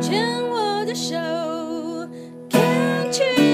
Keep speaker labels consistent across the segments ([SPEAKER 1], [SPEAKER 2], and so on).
[SPEAKER 1] 牵我的手，Can't you？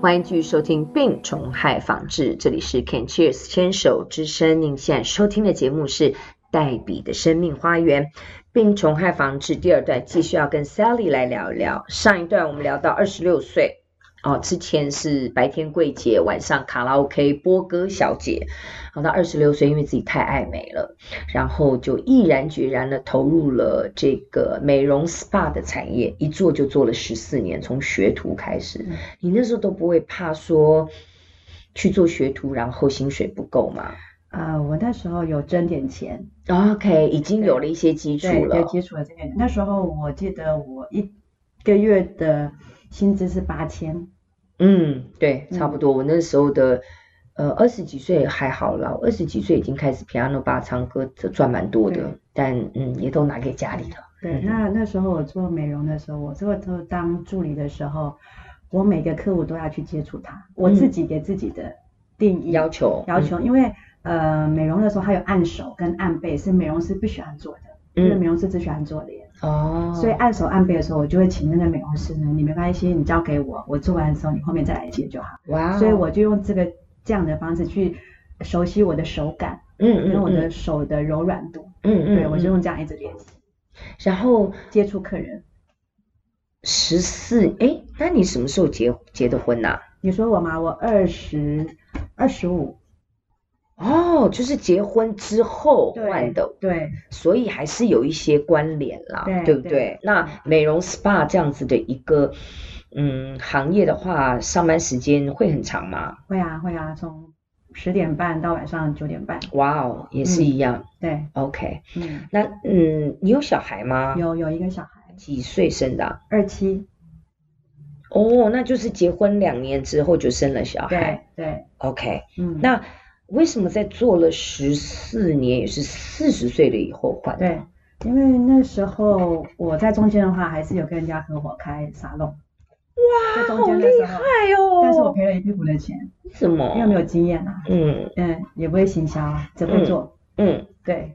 [SPEAKER 2] 欢迎继续收听《病虫害防治》，这里是 Can Cheers 牵手之声。您现在收听的节目是《黛比的生命花园》。病虫害防治第二段继续要跟 Sally 来聊一聊。上一段我们聊到二十六岁哦，之前是白天柜姐，晚上卡拉 OK 播歌小姐。好，到二十六岁，因为自己太爱美了，然后就毅然决然的投入了这个美容 SPA 的产业，一做就做了十四年，从学徒开始。你那时候都不会怕说去做学徒，然后薪水不够吗
[SPEAKER 3] 啊，我那时候有挣点钱，
[SPEAKER 2] ？OK，已经有了一些基础
[SPEAKER 3] 哦对，
[SPEAKER 2] 了
[SPEAKER 3] 就。接触了这个。那时候我记得我一个月的薪资是八千，
[SPEAKER 2] 嗯，对，差不
[SPEAKER 3] 嗯
[SPEAKER 2] 多。我那时候的呃二十几岁还好啦，二十几岁已经开始 piano bar 唱歌，这赚蛮多的
[SPEAKER 3] 对，
[SPEAKER 2] 但嗯也都拿给家里了。
[SPEAKER 3] 对，
[SPEAKER 2] 嗯
[SPEAKER 3] 那那时候我做美容的时候，我做做当助理的时候，我每个客户都要去接触他，我自
[SPEAKER 2] 嗯
[SPEAKER 3] 己给自己的定义
[SPEAKER 2] 要求嗯
[SPEAKER 3] 嗯要求，因为呃美容的时候它有按手跟按背，是美容师不喜欢做的，因为
[SPEAKER 2] 嗯
[SPEAKER 3] 美容师只喜欢做脸，
[SPEAKER 2] 哦，
[SPEAKER 3] 所以按手按背的时候，我就会请那个美容师呢，你没关系，你交给我，我做完的时候你后面再来接就好。
[SPEAKER 2] 哇哦，
[SPEAKER 3] 所以我就用这个这样的方式去熟悉我的手感
[SPEAKER 2] 嗯
[SPEAKER 3] 跟
[SPEAKER 2] 嗯
[SPEAKER 3] 我的
[SPEAKER 2] 嗯
[SPEAKER 3] 手的柔软度，
[SPEAKER 2] 嗯嗯，
[SPEAKER 3] 对我
[SPEAKER 2] 嗯
[SPEAKER 3] 就用这样一直练习
[SPEAKER 2] 然后
[SPEAKER 3] 接触客人。
[SPEAKER 2] 十四哎，那你什么时候结结的婚啊呐？
[SPEAKER 3] 你说我吗？我二十二十五，
[SPEAKER 2] 哦，就是结婚之后
[SPEAKER 3] 对
[SPEAKER 2] 换的，
[SPEAKER 3] 对
[SPEAKER 2] 所以还是有一些关联啦，
[SPEAKER 3] 对
[SPEAKER 2] 不
[SPEAKER 3] 对
[SPEAKER 2] 对？那美容 SPA 这样子的一个嗯行业的话，上班时间会很长吗？
[SPEAKER 3] 会啊会啊，从十点半到晚上九点半，
[SPEAKER 2] 哇哦，也是一样。
[SPEAKER 3] 对，
[SPEAKER 2] OK，
[SPEAKER 3] 嗯，
[SPEAKER 2] 那嗯，你有小孩吗？
[SPEAKER 3] 有有一个小孩，
[SPEAKER 2] 几岁生的啊、
[SPEAKER 3] 二七，
[SPEAKER 2] 哦，那就是结婚两年之后就生了小
[SPEAKER 3] 对
[SPEAKER 2] 孩。
[SPEAKER 3] 对，
[SPEAKER 2] OK，
[SPEAKER 3] 嗯，
[SPEAKER 2] 那为什么在做了十四年，也是四十岁了以后换的？
[SPEAKER 3] 对，因为那时候我在中间的话，还是有跟人家合伙开沙龙，哇，在中
[SPEAKER 2] 好
[SPEAKER 3] 间
[SPEAKER 2] 厉
[SPEAKER 3] 的时
[SPEAKER 2] 害
[SPEAKER 3] 候，
[SPEAKER 2] 哦！
[SPEAKER 3] 但是我赔了一屁股的钱，
[SPEAKER 2] 怎么？
[SPEAKER 3] 因为没有经验啊，
[SPEAKER 2] 嗯
[SPEAKER 3] 嗯，也不会行销啊，只会做，
[SPEAKER 2] 嗯
[SPEAKER 3] 对，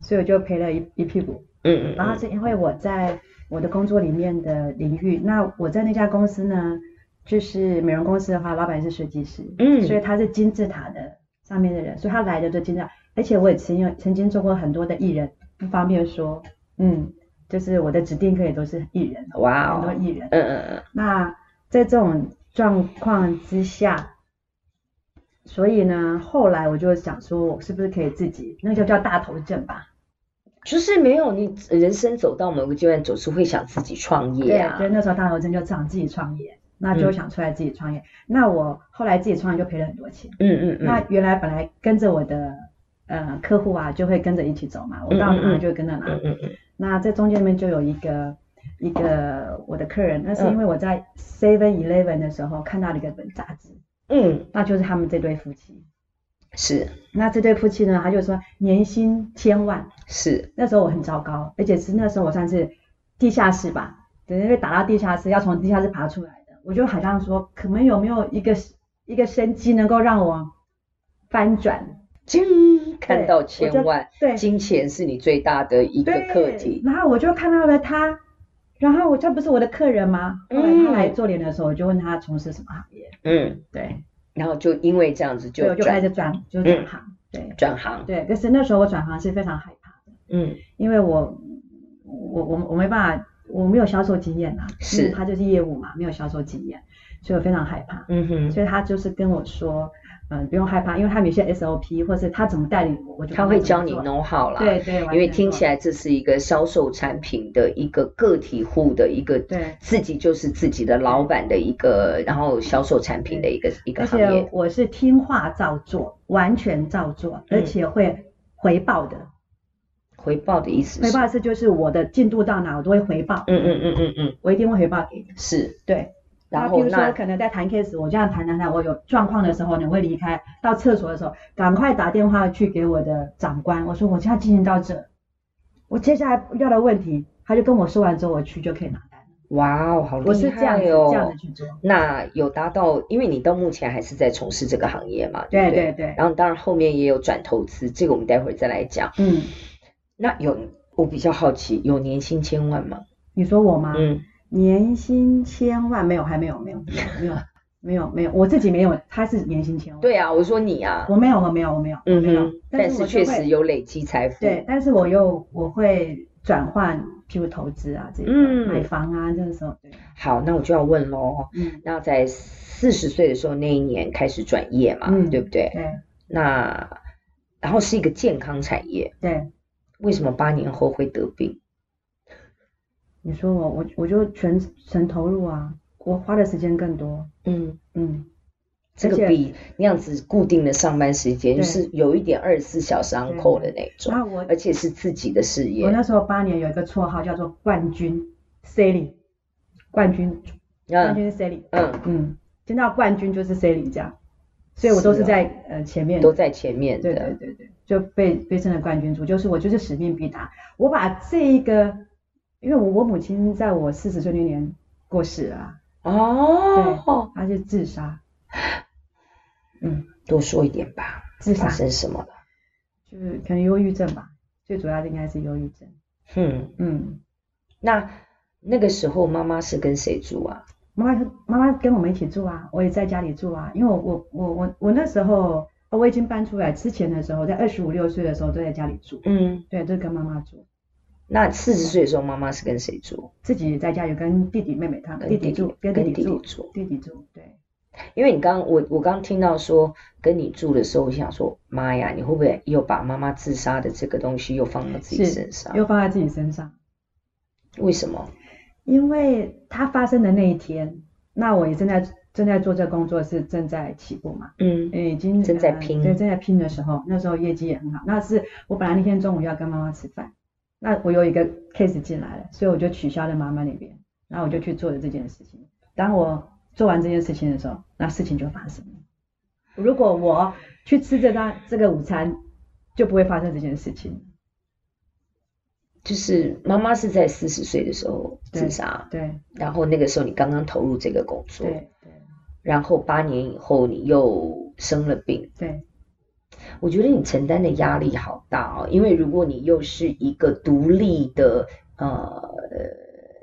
[SPEAKER 3] 所以我就赔了一一屁股。
[SPEAKER 2] 嗯嗯
[SPEAKER 3] 然后是因为我在我的工作里面的领域，那我在那家公司呢，就是美容公司的话，老板是设计师，
[SPEAKER 2] 嗯
[SPEAKER 3] 所以他是金字塔的上面的人，所以他来的就金字塔。而且我也曾有曾经做过很多的艺人，不方便说，嗯，就是我的指定客也都是艺人，
[SPEAKER 2] 哇
[SPEAKER 3] 很多
[SPEAKER 2] 哦，
[SPEAKER 3] 艺人。
[SPEAKER 2] 嗯嗯嗯，
[SPEAKER 3] 那在这种状况之下，所以呢，后来我就想说，我是不是可以自己，那就叫大头症吧。
[SPEAKER 2] 就是没有你人生走到某个阶段，总是会想自己创业啊。
[SPEAKER 3] 对，对，那时候大头针就想自己创业，那
[SPEAKER 2] 嗯
[SPEAKER 3] 就想出来自己创业。那我后来自己创业就赔了很多钱。
[SPEAKER 2] 嗯嗯
[SPEAKER 3] 那
[SPEAKER 2] 嗯，
[SPEAKER 3] 原来本来跟着我的呃客户啊，就会跟着一起走嘛，我到
[SPEAKER 2] 嗯嗯
[SPEAKER 3] 哪
[SPEAKER 2] 嗯
[SPEAKER 3] 就跟着哪。
[SPEAKER 2] 嗯嗯嗯，
[SPEAKER 3] 那在中间里面就有一个一个我的客人，那是
[SPEAKER 2] 嗯
[SPEAKER 3] 因为我在 Seven Eleven 的时候看到了一个本杂志，
[SPEAKER 2] 嗯
[SPEAKER 3] 那就是他们这对夫妻。
[SPEAKER 2] 是
[SPEAKER 3] 那这对夫妻呢，他就说年薪千万，
[SPEAKER 2] 是，
[SPEAKER 3] 那时候我很糟糕，而且是那时候我算是地下室吧，等于被打到地下室，要从地下室爬出来的。我就好像说，可能有没有一个一个生机能够让我翻转？
[SPEAKER 2] 金看
[SPEAKER 3] 对
[SPEAKER 2] 到
[SPEAKER 3] 我
[SPEAKER 2] 千
[SPEAKER 3] 就
[SPEAKER 2] 万，
[SPEAKER 3] 对
[SPEAKER 2] 金钱是你最大的一个
[SPEAKER 3] 对
[SPEAKER 2] 课题。
[SPEAKER 3] 然后我就看到了他，然后我他不是我的客人吗？后来他来
[SPEAKER 2] 嗯
[SPEAKER 3] 做脸的时候，我就问他从事什么行业，
[SPEAKER 2] 嗯，
[SPEAKER 3] 对，
[SPEAKER 2] 然后就因为这样子
[SPEAKER 3] 所以
[SPEAKER 2] 就
[SPEAKER 3] 我就开
[SPEAKER 2] 转嗯
[SPEAKER 3] 始转，就转行，对
[SPEAKER 2] 转行。
[SPEAKER 3] 对。但是那时候我转行是非常害怕的，
[SPEAKER 2] 嗯
[SPEAKER 3] 因为我我我我没办法，我没有销售经验啊，
[SPEAKER 2] 是
[SPEAKER 3] 嗯他就是业务嘛，没有销售经验，所以我非常害怕。
[SPEAKER 2] 嗯哼，
[SPEAKER 3] 所以他就是跟我说，嗯、不用害怕，因为他们有些 SOP 或是他怎么带领我，我就
[SPEAKER 2] 他会教你
[SPEAKER 3] 弄。
[SPEAKER 2] know how 啦。
[SPEAKER 3] 对对，
[SPEAKER 2] 因为听起
[SPEAKER 3] 来
[SPEAKER 2] 来这是一个销售产品的一个个体户的一个，
[SPEAKER 3] 对
[SPEAKER 2] 自己就是自己的老板的一个，然后销售产品的一个一个
[SPEAKER 3] 而
[SPEAKER 2] 行
[SPEAKER 3] 且
[SPEAKER 2] 业。
[SPEAKER 3] 我是听话照做，完全照做，
[SPEAKER 2] 嗯
[SPEAKER 3] 而且会回报的。
[SPEAKER 2] 回报的意思
[SPEAKER 3] 回
[SPEAKER 2] 是，
[SPEAKER 3] 报是就是我的进度到哪，我都会回报，
[SPEAKER 2] 嗯嗯嗯嗯嗯，
[SPEAKER 3] 我一定会回报给你。
[SPEAKER 2] 是。
[SPEAKER 3] 对。
[SPEAKER 2] 然
[SPEAKER 3] 那
[SPEAKER 2] 后
[SPEAKER 3] 比如
[SPEAKER 2] 那
[SPEAKER 3] 说，可能在谈 case，我这样谈谈谈，我有状况的时候呢，我会离开，到厕所的时候，赶快打电话去给我的长官，我说我现在进行到这，我接下来要的问题，他就跟我说完之后，我去就可以拿单。
[SPEAKER 2] 哇哦，好
[SPEAKER 3] 我是
[SPEAKER 2] 厉
[SPEAKER 3] 这样
[SPEAKER 2] 害
[SPEAKER 3] 子、这样
[SPEAKER 2] 哦
[SPEAKER 3] 子！去做。
[SPEAKER 2] 那有达到，因为你到目前还是在从事这个行业嘛，对
[SPEAKER 3] 对
[SPEAKER 2] 不
[SPEAKER 3] 对对，
[SPEAKER 2] 然后当然后面也有转投资，这个我们待会儿再来讲。
[SPEAKER 3] 嗯，
[SPEAKER 2] 那有我比较好奇，有年薪千万吗？
[SPEAKER 3] 你说我吗？
[SPEAKER 2] 嗯，
[SPEAKER 3] 年薪千万没有，还没有，没有，没有，没有，没有，我自己没有，他是年薪千万。，
[SPEAKER 2] 对啊，我说你啊，
[SPEAKER 3] 我没有，我没有，我没有，我
[SPEAKER 2] 嗯
[SPEAKER 3] 没有
[SPEAKER 2] 哼，。
[SPEAKER 3] 但
[SPEAKER 2] 但
[SPEAKER 3] 是
[SPEAKER 2] 是
[SPEAKER 3] 我
[SPEAKER 2] 确
[SPEAKER 3] 就会
[SPEAKER 2] 实有累积财富。
[SPEAKER 3] 对，，但是我又我会转换，譬如投资啊这一块，
[SPEAKER 2] 嗯
[SPEAKER 3] 买房啊这个时候，对，
[SPEAKER 2] 好，那我就要问喽。
[SPEAKER 3] 嗯，
[SPEAKER 2] 那在四十岁的时候那一年开始转业嘛，
[SPEAKER 3] 嗯
[SPEAKER 2] 对不对？
[SPEAKER 3] 对
[SPEAKER 2] 那然后是一个健康产业，
[SPEAKER 3] 对，
[SPEAKER 2] 为什么八年后会得病？
[SPEAKER 3] 你说我我我就全程投入啊，我花的时间更多，
[SPEAKER 2] 嗯，
[SPEAKER 3] 嗯，
[SPEAKER 2] 这个
[SPEAKER 3] 而且
[SPEAKER 2] 比那样子固定的上班时间，就
[SPEAKER 3] 对
[SPEAKER 2] 是有一点二十四小时 on call 的那种，
[SPEAKER 3] 那我
[SPEAKER 2] 而且是自己的事业
[SPEAKER 3] 我。那时候八年有一个绰号叫做冠军 Sally，冠军
[SPEAKER 2] 嗯
[SPEAKER 3] 冠军 Sally，
[SPEAKER 2] 嗯，
[SPEAKER 3] 嗯，见到冠军就是 Sally 这样，所以我都
[SPEAKER 2] 是
[SPEAKER 3] 是
[SPEAKER 2] 哦
[SPEAKER 3] 在呃前面
[SPEAKER 2] 都在前面
[SPEAKER 3] 对对
[SPEAKER 2] 的。
[SPEAKER 3] 对对，就被被称为冠军组，就是我就是使命必达。我把这一个，因为我我母亲在我四十岁那年过世了啊，
[SPEAKER 2] 哦，
[SPEAKER 3] 她是自杀，嗯，
[SPEAKER 2] 多说一点吧，
[SPEAKER 3] 自杀
[SPEAKER 2] 发生什么了？
[SPEAKER 3] 就是可能忧郁症吧，最主要的应该是忧郁症。
[SPEAKER 2] 嗯，
[SPEAKER 3] 嗯，
[SPEAKER 2] 那那个时候妈妈是跟谁住啊？
[SPEAKER 3] 妈妈妈妈跟我们一起住啊，我也在家里住啊，因为我我我我我那时候呃我已经搬出来之前的时候，在二十五六岁的时候都在家里住，
[SPEAKER 2] 嗯，
[SPEAKER 3] 对，都跟妈妈住，
[SPEAKER 2] 那四十岁的时候妈妈是跟谁住？
[SPEAKER 3] 自己在家里跟弟弟妹妹他们
[SPEAKER 2] 跟
[SPEAKER 3] 弟
[SPEAKER 2] 弟
[SPEAKER 3] 弟
[SPEAKER 2] 弟
[SPEAKER 3] 住，跟
[SPEAKER 2] 跟
[SPEAKER 3] 弟
[SPEAKER 2] 弟
[SPEAKER 3] 弟
[SPEAKER 2] 弟
[SPEAKER 3] 住，
[SPEAKER 2] 住
[SPEAKER 3] 弟弟住，对。
[SPEAKER 2] 因为你刚我我刚听到说跟你住的时候，我想说妈呀，你会不会又把妈妈自杀的这个东西又放到自己
[SPEAKER 3] 是
[SPEAKER 2] 身上？
[SPEAKER 3] 又放在自己身上，
[SPEAKER 2] 为什么？
[SPEAKER 3] 因为它发生的那一天，那我也正在正在做这工作，是正在起步嘛，
[SPEAKER 2] 嗯
[SPEAKER 3] 也已经
[SPEAKER 2] 正在
[SPEAKER 3] 呃
[SPEAKER 2] 拼
[SPEAKER 3] 对，正在拼的时候，那时候业绩也很好。那是我本来那天中午要跟妈妈吃饭，那我有一个 case 进来了，所以我就取消了妈妈那边，然后我就去做了这件事情。当我做完这件事情的时候，那事情就发生了。如果我去吃这张这个午餐，就不会发生这件事情。
[SPEAKER 2] 就是妈妈是在四十岁的时候
[SPEAKER 3] 对
[SPEAKER 2] 自杀，
[SPEAKER 3] 对
[SPEAKER 2] 然后那个时候你刚刚投入这个工作，
[SPEAKER 3] 对对
[SPEAKER 2] 然后八年以后你又生了病，
[SPEAKER 3] 对，
[SPEAKER 2] 我觉得你承担的压力好大哦，因为如果你又是一个独立的呃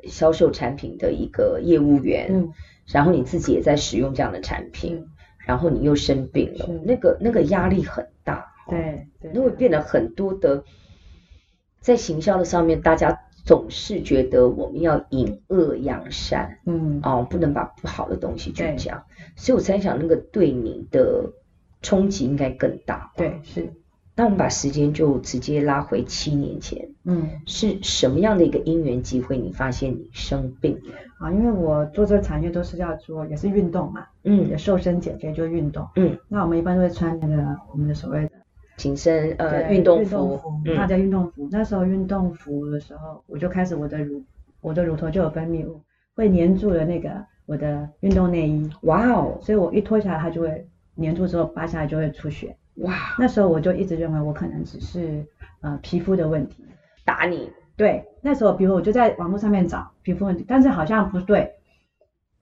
[SPEAKER 2] 销售产品的一个业务员，
[SPEAKER 3] 嗯
[SPEAKER 2] 然后你自己也在使用这样的产品，
[SPEAKER 3] 嗯
[SPEAKER 2] 然后你又生病了
[SPEAKER 3] 是，
[SPEAKER 2] 那个那个压力很大，，
[SPEAKER 3] 对对，
[SPEAKER 2] 那会变得很多的在行销的上面，大家总是觉得我们要引恶扬善。
[SPEAKER 3] 嗯
[SPEAKER 2] 哦，不能把不好的东西去
[SPEAKER 3] 对
[SPEAKER 2] 讲，所以我猜想那个对你的冲击应该更大。，
[SPEAKER 3] 对是
[SPEAKER 2] 那我们把时间就直接拉回七年前，
[SPEAKER 3] 嗯
[SPEAKER 2] 是什么样的一个因缘机会？你发现你生病了？
[SPEAKER 3] 啊，因为我做这个产业都是要做也是运动嘛，也
[SPEAKER 2] 嗯，
[SPEAKER 3] 瘦身减肥就运动，
[SPEAKER 2] 嗯，
[SPEAKER 3] 那我们一般都会穿那个我们的所谓的
[SPEAKER 2] 紧身呃
[SPEAKER 3] 对
[SPEAKER 2] 运动
[SPEAKER 3] 运动
[SPEAKER 2] 服
[SPEAKER 3] 服，，大
[SPEAKER 2] 嗯
[SPEAKER 3] 家运动服，那时候运动服的时候，我就开始我的乳我的乳头就有分泌物会粘住了那个我的运动内衣，
[SPEAKER 2] 哇哦
[SPEAKER 3] 所以我一脱下来它就会粘住之后扒下来就会出血，
[SPEAKER 2] 哇，
[SPEAKER 3] 那时候我就一直认为我可能只是呃皮肤的问题，
[SPEAKER 2] 打你，
[SPEAKER 3] 对，那时候比如我就在网络上面找皮肤问题，但是好像不对，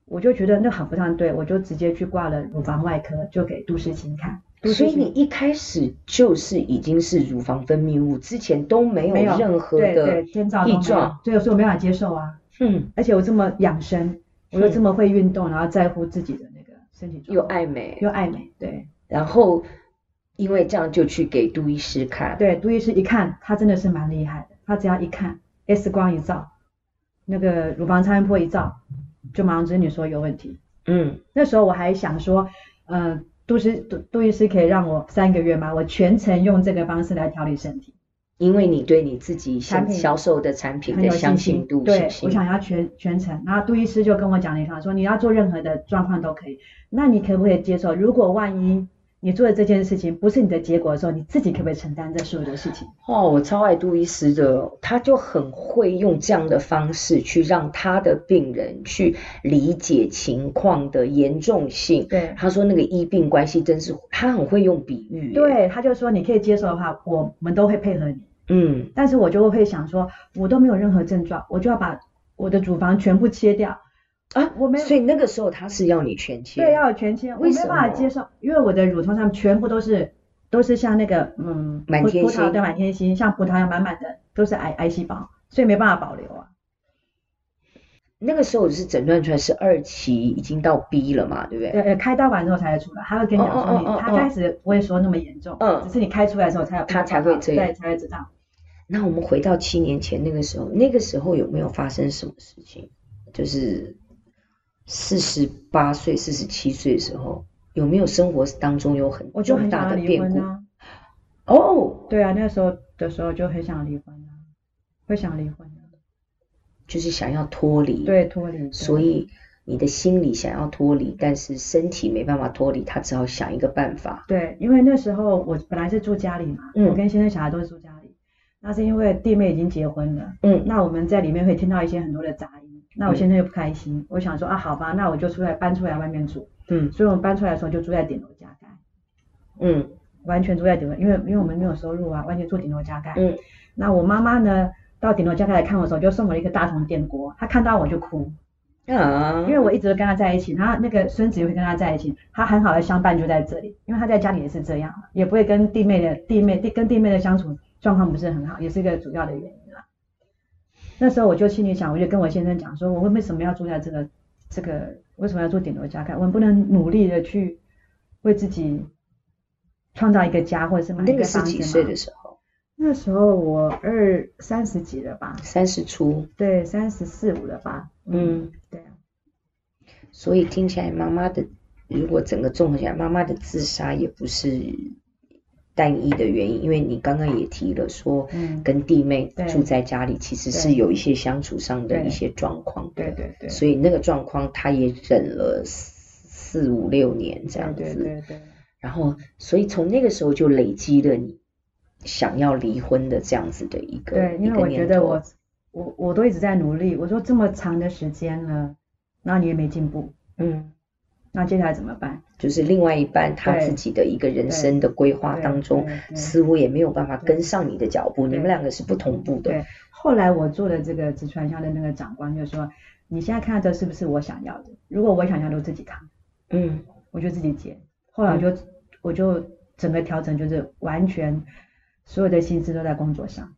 [SPEAKER 3] 我就觉得那很不太对，我就直接去挂了乳房外科，就给杜世清看。杜世
[SPEAKER 2] 所以
[SPEAKER 3] 清
[SPEAKER 2] 你一开始就是已经是乳房分泌物，之前都没有
[SPEAKER 3] 没有
[SPEAKER 2] 任何
[SPEAKER 3] 对对
[SPEAKER 2] 的，
[SPEAKER 3] 天照都
[SPEAKER 2] 异
[SPEAKER 3] 没有
[SPEAKER 2] 状，
[SPEAKER 3] 对，所以我没办法接受啊。
[SPEAKER 2] 嗯，
[SPEAKER 3] 而且我这么养生，我又这么会运动，然后在乎自己的那个身体状
[SPEAKER 2] 又
[SPEAKER 3] 况，
[SPEAKER 2] 爱美，
[SPEAKER 3] 又爱美，对
[SPEAKER 2] 然后因为这样就去给杜医师看，
[SPEAKER 3] 对。杜医师一看，他真的是蛮厉害的，他只要一看 X 光一照，那个乳房超音波一照，就马上知你说有问题。
[SPEAKER 2] 嗯，
[SPEAKER 3] 那时候我还想说，呃，杜师杜杜医师可以让我三个月吗？我全程用这个方式来调理身体，
[SPEAKER 2] 因为你对你自己销
[SPEAKER 3] 产品
[SPEAKER 2] 销售的产品
[SPEAKER 3] 很
[SPEAKER 2] 的
[SPEAKER 3] 有
[SPEAKER 2] 相
[SPEAKER 3] 信
[SPEAKER 2] 信
[SPEAKER 3] 心。
[SPEAKER 2] 度，
[SPEAKER 3] 对
[SPEAKER 2] 信，心
[SPEAKER 3] 我想要全全程。然后杜医师就跟我讲了一番，说你要做任何的状况都可以。那你可不可以接受？如果万一你做的这件事情不是你的结果的时候，你自己可不可以承担这所有的事情？
[SPEAKER 2] 哦，我超爱杜医师的，他就很会用这样的方式去让他的病人去理解情况的严重性。
[SPEAKER 3] 对
[SPEAKER 2] 他说那个医病关系真是，他很会用比喻。，
[SPEAKER 3] 对，他就说你可以接受的话，我们都会配合你。
[SPEAKER 2] 嗯
[SPEAKER 3] 但是我就会想说，我都没有任何症状，我就要把我的乳房全部切掉啊，我没有
[SPEAKER 2] 所以那个时候他是要你全切，
[SPEAKER 3] 对，要有全切，我
[SPEAKER 2] 为
[SPEAKER 3] 没
[SPEAKER 2] 什
[SPEAKER 3] 办法
[SPEAKER 2] 么
[SPEAKER 3] 接受，因为我的乳头上全部都是都是像那个嗯，
[SPEAKER 2] 满
[SPEAKER 3] 葡
[SPEAKER 2] 天
[SPEAKER 3] 葡萄
[SPEAKER 2] 星
[SPEAKER 3] 对满天星，像葡萄一样满满的都是癌癌细胞，所以没办法保留啊。
[SPEAKER 2] 那个时候是诊断出来是二期，已经到 B 了嘛，对不对？
[SPEAKER 3] 呃，呃开刀完之后才会出来，他会跟你讲
[SPEAKER 2] 哦哦
[SPEAKER 3] 说
[SPEAKER 2] 哦哦
[SPEAKER 3] 你，他开始不会说那么严重，
[SPEAKER 2] 嗯
[SPEAKER 3] 只是你开出来的时候才有
[SPEAKER 2] 他才会这样
[SPEAKER 3] 对，才会知道。
[SPEAKER 2] 那我们回到七年前那个时候，那个时候有没有发生什么事情？就是四十八岁、四十七岁的时候，有没有生活当中有很
[SPEAKER 3] 我就很
[SPEAKER 2] 重大
[SPEAKER 3] 想要
[SPEAKER 2] 的
[SPEAKER 3] 离
[SPEAKER 2] 变
[SPEAKER 3] 婚
[SPEAKER 2] 故？
[SPEAKER 3] 啊，
[SPEAKER 2] 哦，
[SPEAKER 3] 对啊，那时候的时候就很想离婚啊，会想离婚啊，
[SPEAKER 2] 就是想要脱离，，
[SPEAKER 3] 对，脱离，对
[SPEAKER 2] 所以你的心里想要脱离，但是身体没办法脱离，他只好想一个办法。
[SPEAKER 3] 对，因为那时候我本来是住家里嘛，
[SPEAKER 2] 嗯
[SPEAKER 3] 我跟先生小孩都是住家里。那是因为弟妹已经结婚了，
[SPEAKER 2] 嗯
[SPEAKER 3] 那我们在里面会听到一些很多的杂音。那我先生又不开心，我想说啊，好吧，那我就出来搬出来外面住。
[SPEAKER 2] 嗯
[SPEAKER 3] 所以我们搬出来的时候就住在顶楼加盖，
[SPEAKER 2] 嗯
[SPEAKER 3] 完全住在顶楼，因为因为我们没有收入啊，完全住顶楼加盖。
[SPEAKER 2] 嗯，
[SPEAKER 3] 那我妈妈呢，到顶楼加盖来看我的时候，就送我一个大铜电锅，她看到我就哭，
[SPEAKER 2] 啊，
[SPEAKER 3] 因为我一直都跟她在一起，然后那个孙子也会跟她在一起，她很好的相伴就在这里，因为她在家里也是这样，也不会跟弟妹的弟妹弟跟弟妹的相处状况不是很好，也是一个主要的原因啦。那时候我就心里想，我就跟我先生讲说，我为什么要住在这个这个为什么要住顶楼加盖？我们不能努力的去为自己创造一个家，或者是买一
[SPEAKER 2] 那个是
[SPEAKER 3] 房
[SPEAKER 2] 几
[SPEAKER 3] 子
[SPEAKER 2] 岁
[SPEAKER 3] 嘛
[SPEAKER 2] 的？时候？
[SPEAKER 3] 那时候我二三十几了吧，
[SPEAKER 2] 三十出，
[SPEAKER 3] 对，三十四五了吧，
[SPEAKER 2] 嗯。
[SPEAKER 3] 对啊，
[SPEAKER 2] 所以听起来，妈妈的如果整个综合起来，妈妈的自杀也不是单一的原因，因为你刚刚也提了说，
[SPEAKER 3] 嗯，
[SPEAKER 2] 跟弟妹
[SPEAKER 3] 对
[SPEAKER 2] 住在家里，其实是
[SPEAKER 3] 对
[SPEAKER 2] 有一些相处上的
[SPEAKER 3] 对
[SPEAKER 2] 一些状况
[SPEAKER 3] 对
[SPEAKER 2] 的，
[SPEAKER 3] 对对，
[SPEAKER 2] 所以那个状况她也忍了四四五六年这样
[SPEAKER 3] 对
[SPEAKER 2] 子，
[SPEAKER 3] 对对对，
[SPEAKER 2] 然后所以从那个时候就累积了你想要离婚的这样子的一个
[SPEAKER 3] 对，
[SPEAKER 2] 一
[SPEAKER 3] 因为
[SPEAKER 2] 个
[SPEAKER 3] 我觉
[SPEAKER 2] 念
[SPEAKER 3] 得
[SPEAKER 2] 头。
[SPEAKER 3] 我我我都一直在努力，我说这么长的时间了，那你也没进步，
[SPEAKER 2] 嗯，
[SPEAKER 3] 那接下来怎么办？
[SPEAKER 2] 就是另外一半他
[SPEAKER 3] 对
[SPEAKER 2] 自己的一个人
[SPEAKER 3] 对
[SPEAKER 2] 生的规划
[SPEAKER 3] 对
[SPEAKER 2] 当中
[SPEAKER 3] 对，对
[SPEAKER 2] 似乎也没有办法
[SPEAKER 3] 对
[SPEAKER 2] 跟上你的脚步，你
[SPEAKER 3] 对
[SPEAKER 2] 们两个是不同步的。
[SPEAKER 3] 对，后来我做的这个直传销的那个长官就说，你现在看到这是不是我想要的？如果我想要的，我自己扛，
[SPEAKER 2] 嗯，
[SPEAKER 3] 我就自己接。后来我就、我就整个调整，就是完全所有的心思都在工作上，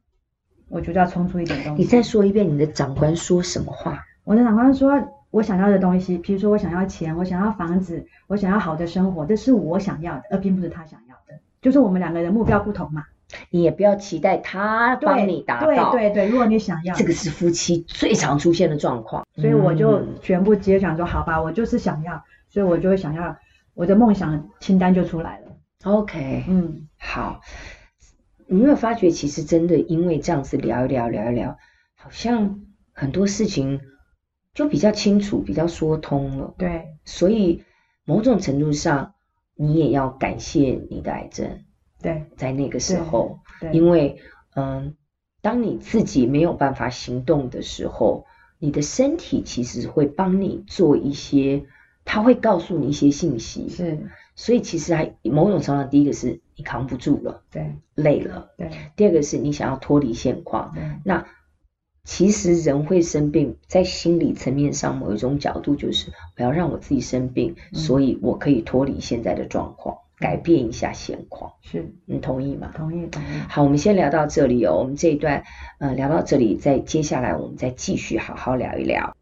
[SPEAKER 3] 我觉得要冲出一点东西。
[SPEAKER 2] 你再说一遍，你的长官说什么话？
[SPEAKER 3] 我的长官说，我想要的东西，比如说我想要钱，我想要房子，我想要好的生活，这是我想要的，而并不是他想要的。就是我们两个人目标不同嘛，
[SPEAKER 2] 你也不要期待他
[SPEAKER 3] 对
[SPEAKER 2] 帮你达到，
[SPEAKER 3] 对对对，如果你想要，
[SPEAKER 2] 这个是夫妻最常出现的状况。
[SPEAKER 3] 所以我就
[SPEAKER 2] 嗯
[SPEAKER 3] 全部接想说，好吧，我就是想要，所以我就会想要我的梦想清单就出来了。
[SPEAKER 2] OK，
[SPEAKER 3] 嗯，
[SPEAKER 2] 好。你有没有发觉，其实真的因为这样子聊一聊，聊一聊，好像很多事情就比较清楚，比较说通了。
[SPEAKER 3] 对
[SPEAKER 2] 所以某种程度上，你也要感谢你的癌症，
[SPEAKER 3] 对
[SPEAKER 2] 在那个时候，
[SPEAKER 3] 对，
[SPEAKER 2] 因为嗯，当你自己没有办法行动的时候，你的身体其实会帮你做一些，它会告诉你一些信息。
[SPEAKER 3] 是，
[SPEAKER 2] 所以其实还某种程度上，第一个是你扛不住了，
[SPEAKER 3] 对
[SPEAKER 2] 累了；
[SPEAKER 3] 对
[SPEAKER 2] 第二个是你想要脱离现况。
[SPEAKER 3] 对
[SPEAKER 2] 那其实人会生病，在心理层面上，某一种角度就是我要让我自己生病，
[SPEAKER 3] 嗯
[SPEAKER 2] 所以我可以脱离现在的状况，改变一下现况。
[SPEAKER 3] 是，
[SPEAKER 2] 你同意吗？
[SPEAKER 3] 同意同意。
[SPEAKER 2] 好，我们先聊到这里哦。我们这一段，呃，聊到这里，再接下来我们再继续好好聊一聊。